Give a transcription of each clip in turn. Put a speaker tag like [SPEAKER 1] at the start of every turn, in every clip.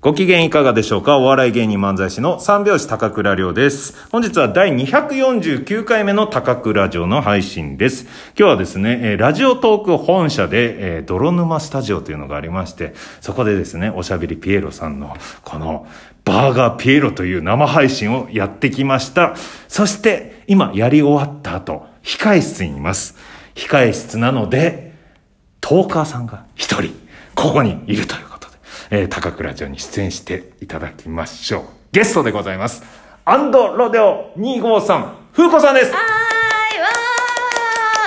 [SPEAKER 1] ご機嫌いかがでしょうかお笑い芸人漫才師の三拍子高倉涼です。本日は第249回目の高倉城の配信です。今日はですね、えーラジオトーク本社で、えー泥沼スタジオというのがありまして、そこでですね、おしゃべりピエロさんのこのバーガーピエロという生配信をやってきました。そして今やり終わった後、控室にいます。控室なので、トーカーさんが一人、ここにいるということで、えー高倉城に出演していただきましょう。ゲストでございます。アンドロデオ253、風子さんです。
[SPEAKER 2] はーいわ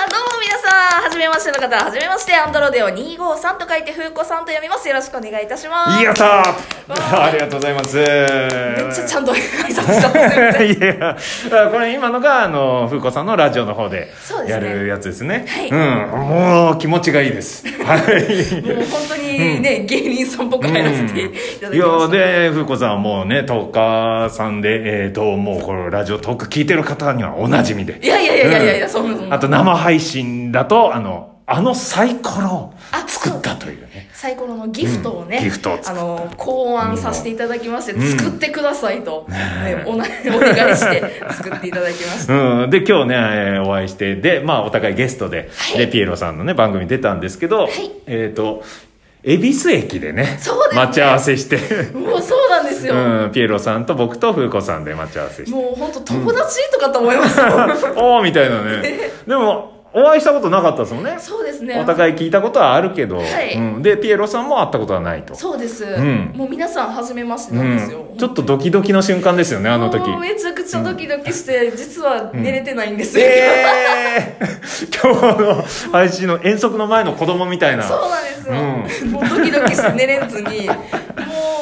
[SPEAKER 2] ーどうも皆さんはじめましての方はじめましてアンドロデオ253と書いて風子さんと読みますよろしくお願いいたします
[SPEAKER 1] やったー
[SPEAKER 2] ー
[SPEAKER 1] ありがとうございます。
[SPEAKER 2] めっちゃちゃんと挨拶したんですよ
[SPEAKER 1] いや、これ今のが、あの、風子さんのラジオの方で
[SPEAKER 2] そうです
[SPEAKER 1] や
[SPEAKER 2] ね
[SPEAKER 1] るやつですね。
[SPEAKER 2] はい
[SPEAKER 1] うん。もう気持ちがいいです。はい。
[SPEAKER 2] もう本当にね、芸人さんっ ぽく入らせていた
[SPEAKER 1] い
[SPEAKER 2] だきま
[SPEAKER 1] や
[SPEAKER 2] した、
[SPEAKER 1] で、ふうこさんはもうね、トーカーさんで、えー、と、もうこのラジオトーク聞いてる方にはおなじみで。
[SPEAKER 2] いやいやいやいやいやいや
[SPEAKER 1] うん
[SPEAKER 2] そんなそんな
[SPEAKER 1] あと生配信だと、あの、あのサイコロを作ったというね。
[SPEAKER 2] サイコロのギフトをね、
[SPEAKER 1] うんギフトを作
[SPEAKER 2] あ
[SPEAKER 1] った
[SPEAKER 2] の考案させていただきまして、
[SPEAKER 1] ん
[SPEAKER 2] 作ってくださいと、ね
[SPEAKER 1] ね
[SPEAKER 2] おな お願いして作っていただきました
[SPEAKER 1] うん、で今日ね、えーお会いしてでまあお互いゲストで、
[SPEAKER 2] はい
[SPEAKER 1] でピエロさんのね番組出たんですけど、
[SPEAKER 2] い
[SPEAKER 1] えっ、と恵比寿駅でね
[SPEAKER 2] そうですね
[SPEAKER 1] 待ち合わせして、
[SPEAKER 2] もうそうなんですよ、
[SPEAKER 1] うん、ピエロさんと僕と風子さんで待ち合わせして
[SPEAKER 2] もう本当友達とかと思いますよ、
[SPEAKER 1] おーみたいなね。でも、お会いしたことなかったですもんね。
[SPEAKER 2] そうですね
[SPEAKER 1] お互い聞いたことはあるけど、
[SPEAKER 2] はい
[SPEAKER 1] うん、で、ピエロさんも会ったことはないと。
[SPEAKER 2] そうです、
[SPEAKER 1] ん
[SPEAKER 2] もう皆さん初めまして
[SPEAKER 1] う
[SPEAKER 2] なん
[SPEAKER 1] ん
[SPEAKER 2] ですよ、、
[SPEAKER 1] ちょっとドキドキの瞬間ですよね、あの時。
[SPEAKER 2] もうめちゃくちゃドキドキして、実は寝れてないんですよ、
[SPEAKER 1] えー、 今日の配信の遠足の前の子供みたいな。
[SPEAKER 2] そうなんですよ、もうドキドキして寝れず にもう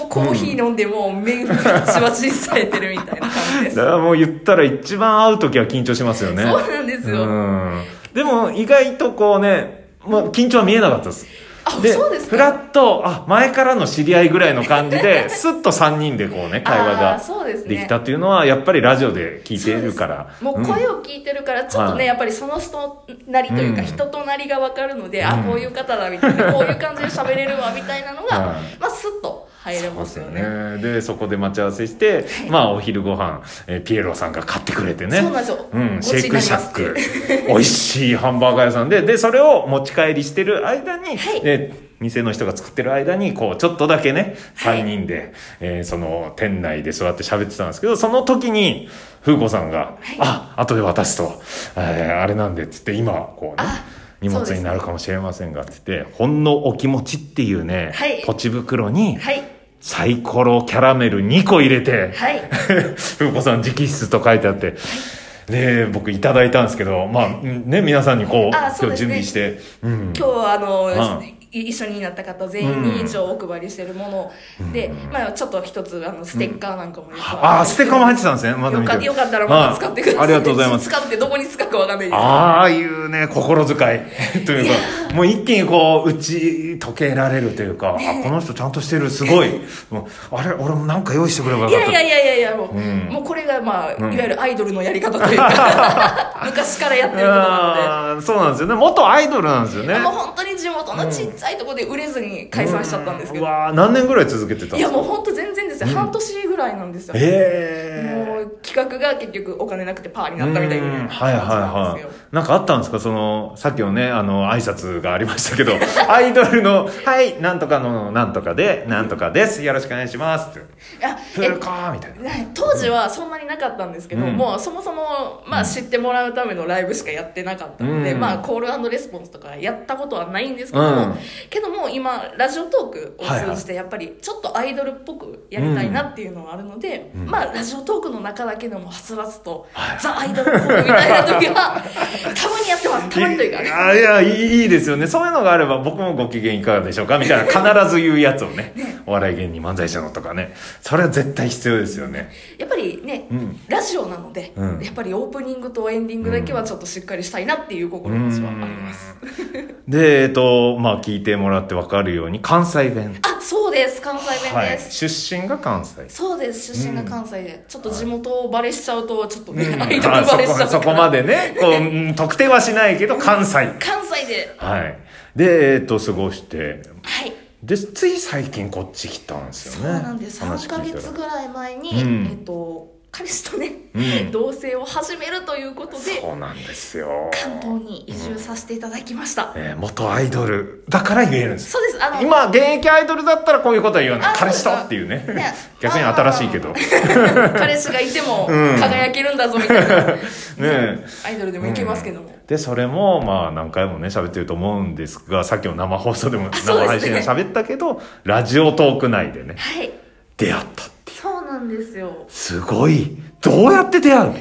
[SPEAKER 2] コーヒー飲んでもう目がバチバチにされてるみたいな感じで
[SPEAKER 1] だ
[SPEAKER 2] す、
[SPEAKER 1] からもう言ったら一番会う時は緊張しますよね。
[SPEAKER 2] そうなんですよ、
[SPEAKER 1] うんでも意外とこうね、まあ、緊張は見えなかったです。
[SPEAKER 2] あそうですか
[SPEAKER 1] フラッと、あ、前からの知り合いぐらいの感じ で、スッと3人でこうね、会
[SPEAKER 2] あー
[SPEAKER 1] 話
[SPEAKER 2] そうです
[SPEAKER 1] が
[SPEAKER 2] ね
[SPEAKER 1] できたっていうのは、やっぱりラジオで聞いてるから。
[SPEAKER 2] もう声を聞いてるからちょっとね、
[SPEAKER 1] はい
[SPEAKER 2] やっぱりその人なりというか
[SPEAKER 1] うん
[SPEAKER 2] 人となりが分かるので、
[SPEAKER 1] う
[SPEAKER 2] あ
[SPEAKER 1] ん
[SPEAKER 2] こういう方だみたいなこういう感じで喋れるわみたいなのが、
[SPEAKER 1] はい
[SPEAKER 2] まあスッと入れますよね
[SPEAKER 1] ね。で、そこで待ち合わせして、まあ、お昼ご飯、えーピエロさんが買ってくれてね。
[SPEAKER 2] そうなんですよ
[SPEAKER 1] うん、シェイクシャッ
[SPEAKER 2] ご
[SPEAKER 1] ク
[SPEAKER 2] ちになりますっ。
[SPEAKER 1] 美味しいハンバーガー屋さんで、で、それを持ち帰りしてる間に、
[SPEAKER 2] はい
[SPEAKER 1] で、店の人が作ってる間に、こう、ちょっとだけね、
[SPEAKER 2] はい
[SPEAKER 1] 3人で、えーその、店内で座って喋ってたんですけど、その時に、風子さんが、あ、後で渡すと、えーあれなんで、つって、今、こうね
[SPEAKER 2] あ、
[SPEAKER 1] 荷
[SPEAKER 2] そう
[SPEAKER 1] 物
[SPEAKER 2] ですね
[SPEAKER 1] になるかもしれませんが、つって、ほんのお気持ちっていうね、
[SPEAKER 2] はい
[SPEAKER 1] ポチ袋に、
[SPEAKER 2] はい
[SPEAKER 1] サイコロキャラメル2個入れて、
[SPEAKER 2] はい
[SPEAKER 1] ふうこさん直筆と書いてあって、で、僕いただいたんですけど、まあ、うんね、皆さんにこう、
[SPEAKER 2] あそ
[SPEAKER 1] 今日
[SPEAKER 2] うです
[SPEAKER 1] 準
[SPEAKER 2] ね
[SPEAKER 1] 備して、うん。
[SPEAKER 2] 今日はあの、
[SPEAKER 1] はい
[SPEAKER 2] 一緒になった方全員に一応お配りしてるもので、まあ、ちょっと一つあのステッカーなんかも実は
[SPEAKER 1] ああ、ステッカーも入ってたんですね。まだ
[SPEAKER 2] よ
[SPEAKER 1] 見て
[SPEAKER 2] か
[SPEAKER 1] る
[SPEAKER 2] よかったらまた使ってください、
[SPEAKER 1] はいありがとうございます。
[SPEAKER 2] 使ってどこに使うかわかんないです
[SPEAKER 1] ああいうね、心遣いというか、もう一気にこう、打ち解けられるというか、あ、この人ちゃんとしてる、すごい。もうあれ、俺もなんか用意してくればよ
[SPEAKER 2] い
[SPEAKER 1] かった。
[SPEAKER 2] やいやいやいやいやもう,、
[SPEAKER 1] ん
[SPEAKER 2] もうこれがまあ、
[SPEAKER 1] ん
[SPEAKER 2] いわゆるアイドルのやり方というか 昔からやってることなの
[SPEAKER 1] あーそうなんですよね。元アイドルなんですよね
[SPEAKER 2] で、。もう本当に地元のちっちゃいところで売れずに解散しちゃったんですけ
[SPEAKER 1] う
[SPEAKER 2] ど、
[SPEAKER 1] わー何年ぐらい続けてたん
[SPEAKER 2] い
[SPEAKER 1] です
[SPEAKER 2] や
[SPEAKER 1] か
[SPEAKER 2] もう本当全然ですよ、半年ぐらいなんですよ
[SPEAKER 1] ええ
[SPEAKER 2] もう企画が結局お金なくてパーになったみたい
[SPEAKER 1] うん
[SPEAKER 2] な感じ
[SPEAKER 1] はいはい
[SPEAKER 2] なん
[SPEAKER 1] は
[SPEAKER 2] ですよ
[SPEAKER 1] い。なんかあったんですかその、さっきのね、あの、挨拶がありましたけど、 アイドルの、はい、なんとかの、なんとかで、なんとかです。よろしくお願いします。って。
[SPEAKER 2] いや
[SPEAKER 1] ふ
[SPEAKER 2] え
[SPEAKER 1] るかーみたいな。
[SPEAKER 2] ね当時はそんなになかったんですけど、
[SPEAKER 1] うん
[SPEAKER 2] もうそもそも、まあ、知ってもらうためのライブしかやってなかったので、
[SPEAKER 1] うん
[SPEAKER 2] まあ、コールレスポンスとかやったことはないんですけど、
[SPEAKER 1] うん
[SPEAKER 2] けどもう今ラジオトークを通じてやっぱりちょっとアイドルっぽくやりたいなっていうのはあるので、
[SPEAKER 1] うん
[SPEAKER 2] まあ、ラジオトークの中だけでもはつらつと、
[SPEAKER 1] はい
[SPEAKER 2] ザ・アイドルっぽくみたいな時はたまにやってますたまにというか、
[SPEAKER 1] あいやいいいいですよねそういうのがあれば僕もご機嫌いかがでしょうかみたいな必ず言うやつをねお笑い芸人漫才師のとかねそれは絶対必要ですよね
[SPEAKER 2] やっぱりね、
[SPEAKER 1] うん
[SPEAKER 2] ラジオなので、
[SPEAKER 1] うん
[SPEAKER 2] やっぱりオープニングとエンディングだけはちょっとしっかりしたいなっていう心持ちはあります。
[SPEAKER 1] でえっとまあ聞いてもらって分かるように関西弁
[SPEAKER 2] あ、そうです。関西弁
[SPEAKER 1] は
[SPEAKER 2] で
[SPEAKER 1] い
[SPEAKER 2] す。
[SPEAKER 1] 出身が関 西
[SPEAKER 2] そうです。出身が関西で、ちょっと地元をバレしちゃうと、ちょっとね、
[SPEAKER 1] うん
[SPEAKER 2] アイドルバレしちゃ
[SPEAKER 1] あ
[SPEAKER 2] う
[SPEAKER 1] そこそこま。でねこううん特定はしないけど関西
[SPEAKER 2] 関西で、
[SPEAKER 1] はいでえっと過ごして
[SPEAKER 2] はい。
[SPEAKER 1] でつい最近こっち来たんです
[SPEAKER 2] そう
[SPEAKER 1] よね
[SPEAKER 2] なんです
[SPEAKER 1] 話
[SPEAKER 2] 3か
[SPEAKER 1] 聞いたら
[SPEAKER 2] 月ぐらい前に、
[SPEAKER 1] うん
[SPEAKER 2] えっと、彼氏とね、
[SPEAKER 1] うん
[SPEAKER 2] 同棲を始めるということで
[SPEAKER 1] そうなんですよ
[SPEAKER 2] 関東に移住させていただきました、
[SPEAKER 1] えー元アイドルだから言えるんです
[SPEAKER 2] そうですあの
[SPEAKER 1] 今現役アイドルだったらこういうことは言わない
[SPEAKER 2] あ
[SPEAKER 1] 彼氏と
[SPEAKER 2] そうだ
[SPEAKER 1] っていうね
[SPEAKER 2] ね
[SPEAKER 1] 逆に新しいけど
[SPEAKER 2] あ
[SPEAKER 1] ね
[SPEAKER 2] 彼氏がいても
[SPEAKER 1] うん
[SPEAKER 2] 輝けるんだぞみたいな、
[SPEAKER 1] え
[SPEAKER 2] アイドルでもいけますけども、
[SPEAKER 1] でそれもまあ何回もね喋ってると思うんですがさっきの生放送でも
[SPEAKER 2] そう
[SPEAKER 1] 生
[SPEAKER 2] ですね
[SPEAKER 1] 配信で喋ったけど、ラジオトーク内でね
[SPEAKER 2] はい
[SPEAKER 1] 出会ったって
[SPEAKER 2] そうなんですよ
[SPEAKER 1] すごいどうやって出会う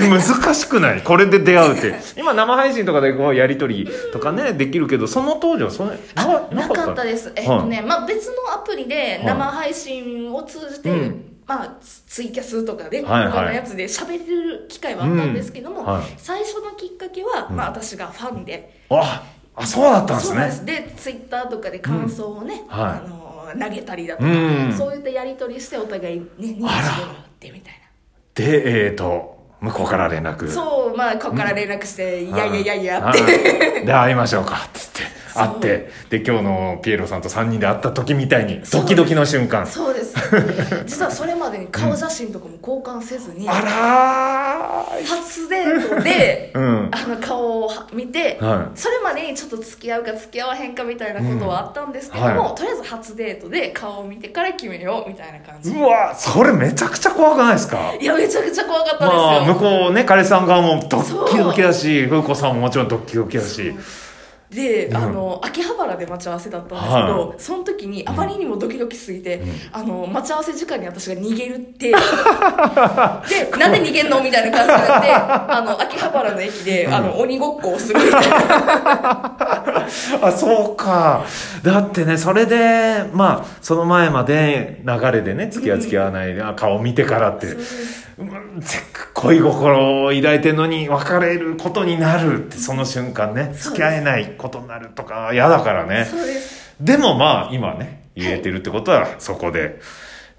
[SPEAKER 1] で難しくないこれで出会うって今生配信とかでこうやり取りとかねできるけどその当時はそれな
[SPEAKER 2] なかった
[SPEAKER 1] ね
[SPEAKER 2] ですえっとね、まあ、別のアプリで
[SPEAKER 1] い
[SPEAKER 2] 生配信を通じて、
[SPEAKER 1] うん
[SPEAKER 2] まあ、ツツイキャスとかで、
[SPEAKER 1] はいはい
[SPEAKER 2] 他のやつで喋れる機会はあったんですけども、
[SPEAKER 1] うんはい
[SPEAKER 2] 最初のきっかけは、
[SPEAKER 1] うん
[SPEAKER 2] まあ、私がファンで、
[SPEAKER 1] ああそうだったんで
[SPEAKER 2] そ
[SPEAKER 1] す
[SPEAKER 2] うな
[SPEAKER 1] ね
[SPEAKER 2] んですでツイッターとかで感想をね、
[SPEAKER 1] うんはい
[SPEAKER 2] あの投げたりだとか、
[SPEAKER 1] うん
[SPEAKER 2] そういったやり取りしてお互いね認識を持
[SPEAKER 1] あら
[SPEAKER 2] ってみたいな。
[SPEAKER 1] でえっ、と向こうから連絡
[SPEAKER 2] そう、まあ、ここから連絡して、いやいやいやいやっ
[SPEAKER 1] はい
[SPEAKER 2] て。
[SPEAKER 1] はいで会いましょうかっつって
[SPEAKER 2] そう
[SPEAKER 1] 会ってで今日のピエロさんと3人で会った時みたいにドキドキの瞬間
[SPEAKER 2] そうです。実はそれまでに顔写真とかも交換せずに、
[SPEAKER 1] あ
[SPEAKER 2] 初デートで、
[SPEAKER 1] らーうん
[SPEAKER 2] あの顔を見て、
[SPEAKER 1] は
[SPEAKER 2] それまでにちょっと付き合うか付き合わへんかみたいなことはあったんですけども、
[SPEAKER 1] うんはい
[SPEAKER 2] とりあえず初デートで顔を見てから決めようみたいな感じ。
[SPEAKER 1] うわそれめちゃくちゃ怖くないですか
[SPEAKER 2] いや、めちゃくちゃ怖かったんですよ。
[SPEAKER 1] まあ向こうね彼氏さん側もドッキドキだし風子さんももちろんドッキドキだし
[SPEAKER 2] で、
[SPEAKER 1] うん
[SPEAKER 2] あの秋葉原で待ち合わせだったんですけど、
[SPEAKER 1] は
[SPEAKER 2] その時にあまりにもドキドキしすぎて、
[SPEAKER 1] うん
[SPEAKER 2] あの待ち合わせ時間に私が逃げるってでなんで逃げんのみたいな感じになってあの秋葉原の駅で、あの鬼ごっこをするみたいな
[SPEAKER 1] あそうかだってねそれでまあその前まで流れでね付き合う付き合わない、あ顔見てからってうんせっかく恋心を抱いてんのに別れることになるってその瞬間ね
[SPEAKER 2] す
[SPEAKER 1] 付き合えないことになるとか嫌だから ね
[SPEAKER 2] そうです
[SPEAKER 1] でもまあ今ね言えてるってことはそこで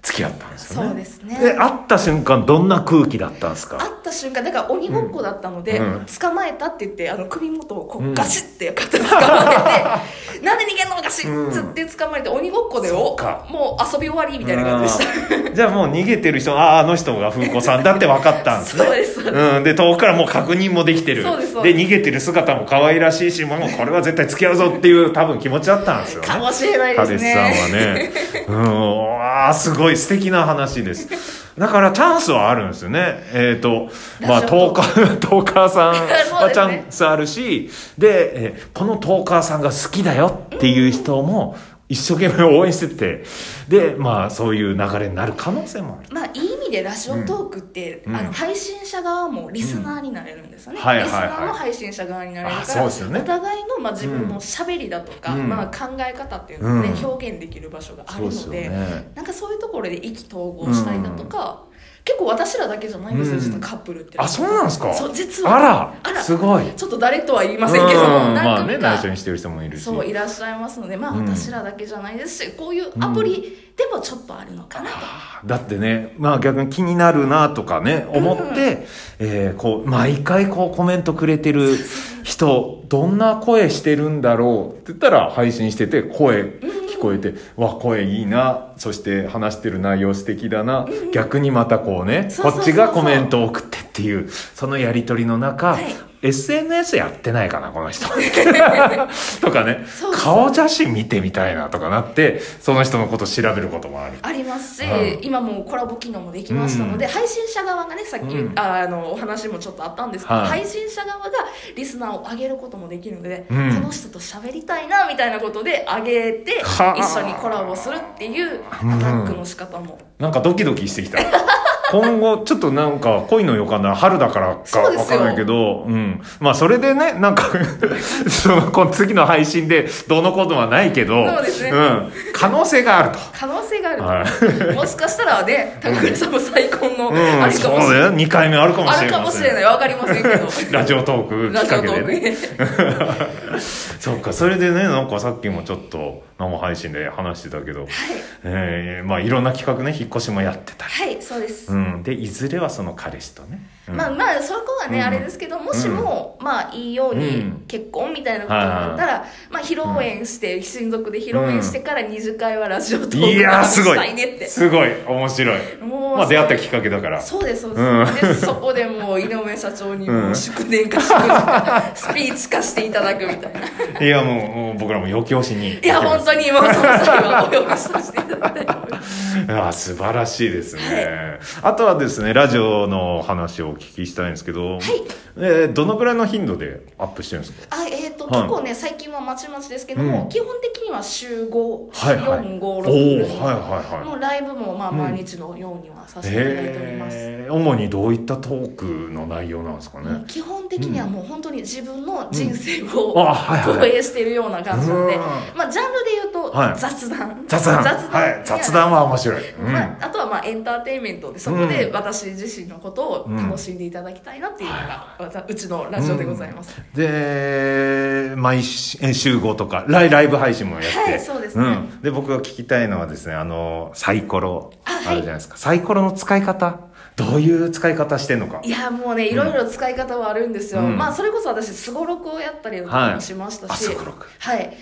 [SPEAKER 1] 付き合ったんですよね
[SPEAKER 2] そうですね
[SPEAKER 1] で会った瞬間どんな空気だったんです
[SPEAKER 2] 会
[SPEAKER 1] か
[SPEAKER 2] った瞬間だから鬼ごっこだったので、
[SPEAKER 1] うん
[SPEAKER 2] 捕まえたって言ってあの首元をこ
[SPEAKER 1] う
[SPEAKER 2] うんガシッて肩で捕まえ て、なんで逃げんのガシ
[SPEAKER 1] う
[SPEAKER 2] ッ
[SPEAKER 1] ん
[SPEAKER 2] つって捕まえて鬼ごっこでお
[SPEAKER 1] っか
[SPEAKER 2] もう遊び終わりみたいな感じでした
[SPEAKER 1] うんじゃあもう逃げてる人あああの人が風子さんだって分かった んですね
[SPEAKER 2] そうですそうで
[SPEAKER 1] うん、で遠くからもう確認もできてる
[SPEAKER 2] そうですそうです
[SPEAKER 1] 逃げてる姿も可愛らしいしもうこれは絶対付き合うぞっていう多分気持ちだったんですよね
[SPEAKER 2] かもしれないで
[SPEAKER 1] 彼
[SPEAKER 2] すね
[SPEAKER 1] 氏さんはねうんわあすごい素敵な話ですだからチャンスはあるんですよねえっ、とまあ
[SPEAKER 2] ラジ
[SPEAKER 1] トー
[SPEAKER 2] オ
[SPEAKER 1] カー トーカーさん
[SPEAKER 2] そう
[SPEAKER 1] は
[SPEAKER 2] で
[SPEAKER 1] チ
[SPEAKER 2] すね
[SPEAKER 1] ャンスあるしで、えーこのトーカーさんが好きだよっていう人も一生懸命応援しててでまあそういう流れになる可能性もある
[SPEAKER 2] まあ、いい意味でラジオトークって、
[SPEAKER 1] うん
[SPEAKER 2] あ
[SPEAKER 1] うん
[SPEAKER 2] の配信者側もリスナーになれるんですよね、
[SPEAKER 1] うんはいはいはい
[SPEAKER 2] リスナーも配信者側になれる
[SPEAKER 1] あ
[SPEAKER 2] か
[SPEAKER 1] そう
[SPEAKER 2] ら
[SPEAKER 1] ですよね
[SPEAKER 2] お互いの、まあ、自分のしゃべりだとか、
[SPEAKER 1] うん
[SPEAKER 2] まあ、考え方っていうのを、ね
[SPEAKER 1] うん
[SPEAKER 2] 表現できる場所がある
[SPEAKER 1] そう
[SPEAKER 2] の
[SPEAKER 1] で
[SPEAKER 2] です
[SPEAKER 1] よね
[SPEAKER 2] なんかそういうところで意気投合したりだとか、結構私らだけじゃないんですよ、
[SPEAKER 1] うん
[SPEAKER 2] 実はカップルって
[SPEAKER 1] あそうなんですか
[SPEAKER 2] そう実は
[SPEAKER 1] あ
[SPEAKER 2] あ
[SPEAKER 1] ら
[SPEAKER 2] ら
[SPEAKER 1] すごい
[SPEAKER 2] ちょっと誰とは言いませんけども
[SPEAKER 1] うんまあ
[SPEAKER 2] 何
[SPEAKER 1] ね
[SPEAKER 2] 組
[SPEAKER 1] 内
[SPEAKER 2] か
[SPEAKER 1] 緒にしてる人もいるし
[SPEAKER 2] そういらっしゃいますので、まあ、
[SPEAKER 1] うん
[SPEAKER 2] 私らだけじゃないですし、こういうアプリでもちょっとあるのかなと。
[SPEAKER 1] だってね、まあ逆に気になるなとかね、思って、えーこう、毎回こうコメントくれてる人、どんな声してるんだろうって言ったら配信してて、声聞こえて、わ、声いいな、そして話してる内容素敵だな、逆にまたこうね、
[SPEAKER 2] そう
[SPEAKER 1] こ
[SPEAKER 2] そうそうそう
[SPEAKER 1] っちがコメントを送ってっていう、そのやりとりの中、
[SPEAKER 2] はい
[SPEAKER 1] SNS やってないかな、この 人。とかね
[SPEAKER 2] そうそう、
[SPEAKER 1] 顔写真見てみたいなとかなって、その人のこと調べることもある。
[SPEAKER 2] ありますし、
[SPEAKER 1] うん
[SPEAKER 2] 今もうコラボ機能もできましたので、配信者側がねさっき、
[SPEAKER 1] うん
[SPEAKER 2] ああのお話もちょっとあったんですけど、
[SPEAKER 1] はい
[SPEAKER 2] 配信者側がリスナーを上げることもできるので、
[SPEAKER 1] うん
[SPEAKER 2] この人と喋りたいなみたいなことで上げて
[SPEAKER 1] はあ
[SPEAKER 2] 一緒にコラボするっていうアタックの仕方も、
[SPEAKER 1] なんかドキドキ してきた。今後、ちょっとなんか恋の予感だ。春だからか
[SPEAKER 2] そうです
[SPEAKER 1] わ
[SPEAKER 2] よ
[SPEAKER 1] かんないけど、うん。まあそれでね、なんか、 その、この次の配信でどうのことはないけど、
[SPEAKER 2] そうですね
[SPEAKER 1] ん。可能性があると。
[SPEAKER 2] 可能性がある、
[SPEAKER 1] はい。
[SPEAKER 2] もしかしたらね高倉さんも再婚のあ
[SPEAKER 1] うん、
[SPEAKER 2] れ
[SPEAKER 1] そ
[SPEAKER 2] か
[SPEAKER 1] う
[SPEAKER 2] もし
[SPEAKER 1] だ
[SPEAKER 2] れない、
[SPEAKER 1] よ。2回目あるかもし
[SPEAKER 2] ある
[SPEAKER 1] れ
[SPEAKER 2] かも
[SPEAKER 1] ま
[SPEAKER 2] し
[SPEAKER 1] せ
[SPEAKER 2] れない
[SPEAKER 1] ん。
[SPEAKER 2] わかりませんけ ど
[SPEAKER 1] ラジオトークき
[SPEAKER 2] ラ
[SPEAKER 1] っ
[SPEAKER 2] ジオ
[SPEAKER 1] か
[SPEAKER 2] ト
[SPEAKER 1] けで
[SPEAKER 2] ーク
[SPEAKER 1] ね。
[SPEAKER 2] で、
[SPEAKER 1] そうか、それでね、なんかさっきもちょっと、生配信で話してたけど、えーまあいろんな企画ね、引っ越しもやってたり。
[SPEAKER 2] はいそうです、
[SPEAKER 1] うん。で、いずれはその彼氏とね。うん
[SPEAKER 2] まあまあそこはね、
[SPEAKER 1] うん
[SPEAKER 2] あれですけどもしも、まあいいよう
[SPEAKER 1] う
[SPEAKER 2] に
[SPEAKER 1] ん
[SPEAKER 2] 結婚みたいなことになったら、まあ披露宴して、親族で披露宴してから二次会はラジオトーク
[SPEAKER 1] いやー、すご
[SPEAKER 2] した
[SPEAKER 1] い
[SPEAKER 2] いねって。
[SPEAKER 1] すごい。面白い。
[SPEAKER 2] もう、
[SPEAKER 1] まあ出会ったきっかけだ から。
[SPEAKER 2] そうですそうです、
[SPEAKER 1] う
[SPEAKER 2] でそこでもう井上社長に
[SPEAKER 1] う
[SPEAKER 2] も
[SPEAKER 1] ん
[SPEAKER 2] う祝電化祝 電化スピーチ化していただくみたいない
[SPEAKER 1] いや、もう、もう僕らも余興しに。
[SPEAKER 2] や本当にもうその際はお呼びさせていただ いて
[SPEAKER 1] ああ素晴らしいですね。あとはですね、ラジオの話をお聞きしたいんですけど、えーどのくらいの頻度でアップしてるんですか
[SPEAKER 2] あえっ、と、
[SPEAKER 1] はい
[SPEAKER 2] 結構ね最近はまちまちですけども、
[SPEAKER 1] うん
[SPEAKER 2] 基本的には週545、
[SPEAKER 1] はいはい
[SPEAKER 2] 4 5
[SPEAKER 1] おお
[SPEAKER 2] 6
[SPEAKER 1] はいはい
[SPEAKER 2] も
[SPEAKER 1] は
[SPEAKER 2] うライブもまあ
[SPEAKER 1] うん
[SPEAKER 2] 毎日のようにはさ
[SPEAKER 1] い。
[SPEAKER 2] せていただいております、
[SPEAKER 1] えー主にどういったトークの内容なんですか
[SPEAKER 2] もう
[SPEAKER 1] ね。
[SPEAKER 2] 基本的にはもう本当に自分の人生を、
[SPEAKER 1] あはいはい
[SPEAKER 2] 投
[SPEAKER 1] はい。
[SPEAKER 2] 影しているような感じなので、
[SPEAKER 1] うん
[SPEAKER 2] まあジャンルで言うと
[SPEAKER 1] はい
[SPEAKER 2] 雑談、
[SPEAKER 1] 雑談。
[SPEAKER 2] 雑談
[SPEAKER 1] はい。雑談は面白い。うん。
[SPEAKER 2] まあ、あとはまあエンターテインメントでそこで
[SPEAKER 1] うん
[SPEAKER 2] 私自身のことを楽しんでいただきたいなっていうのが、ううちのラジオでございます、
[SPEAKER 1] で、毎週えー週5とか、ライライブ配信もやって。
[SPEAKER 2] はいそうですね
[SPEAKER 1] ん。で、僕が聞きたいのはですね、あの、サイコロ、
[SPEAKER 2] あはい
[SPEAKER 1] あるじゃないですか。サイコロの使い方、どういう使い方してんのか
[SPEAKER 2] い。やもうねいろいろ使い方はあるんですよ、
[SPEAKER 1] うん
[SPEAKER 2] まあそれこそ私すごろくをやったりと
[SPEAKER 1] は
[SPEAKER 2] か
[SPEAKER 1] い
[SPEAKER 2] もしました
[SPEAKER 1] あ、
[SPEAKER 2] し、
[SPEAKER 1] サ
[SPEAKER 2] は
[SPEAKER 1] イ
[SPEAKER 2] い
[SPEAKER 1] コロか。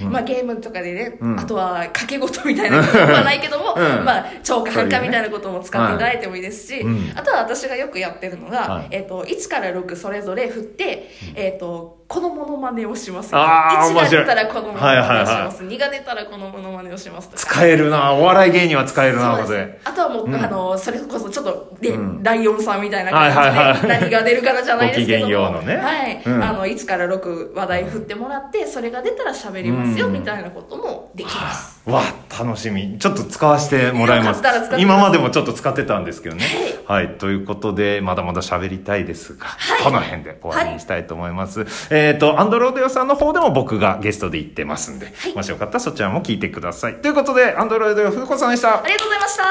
[SPEAKER 1] うん
[SPEAKER 2] まあ、ゲームとかでね、
[SPEAKER 1] うん
[SPEAKER 2] あとは賭け事みたいなことはないけども、
[SPEAKER 1] うん
[SPEAKER 2] まあ、超過半過みたいなことも使っていただいてもいいですし、
[SPEAKER 1] そういうねはいうん
[SPEAKER 2] あとは私がよくやってるのが、
[SPEAKER 1] はい
[SPEAKER 2] えっと1から6それぞれ振って、えっとこのモノマネをします
[SPEAKER 1] あー
[SPEAKER 2] 1が出たらこのモノマネ
[SPEAKER 1] 面白いはい
[SPEAKER 2] をしま
[SPEAKER 1] は
[SPEAKER 2] す、2が出たらこのモノマネをしますとか
[SPEAKER 1] 使えるなお笑い芸人は使えるな
[SPEAKER 2] そう
[SPEAKER 1] こ
[SPEAKER 2] です
[SPEAKER 1] れ。
[SPEAKER 2] あとはもう、
[SPEAKER 1] うん
[SPEAKER 2] あのそれこそちょっと、ね
[SPEAKER 1] うん
[SPEAKER 2] ライオンさんみたいな感じで、
[SPEAKER 1] はいはいはい
[SPEAKER 2] 何が出るかなじゃないですけ
[SPEAKER 1] ご
[SPEAKER 2] ども
[SPEAKER 1] きげんようのね
[SPEAKER 2] はい
[SPEAKER 1] うん
[SPEAKER 2] あのいつから6話題振ってもらってそれが出たら喋りますよ、
[SPEAKER 1] うん
[SPEAKER 2] みたいなこともできます、
[SPEAKER 1] わあ、楽しみ。ちょっと使わせてもらいます
[SPEAKER 2] よかったら使ってくださ。い
[SPEAKER 1] 今までもちょっと使ってたんですけどね。はい。ということで、まだまだ喋りたいですが、この辺で終わりにしたいと思います。えっ、と、アンドローデオさんの方でも僕がゲストで行ってますんで、もしよかったらそちらも聞いてください。ということで、アンドローデオ風子さんでした
[SPEAKER 2] あ。りがとうございました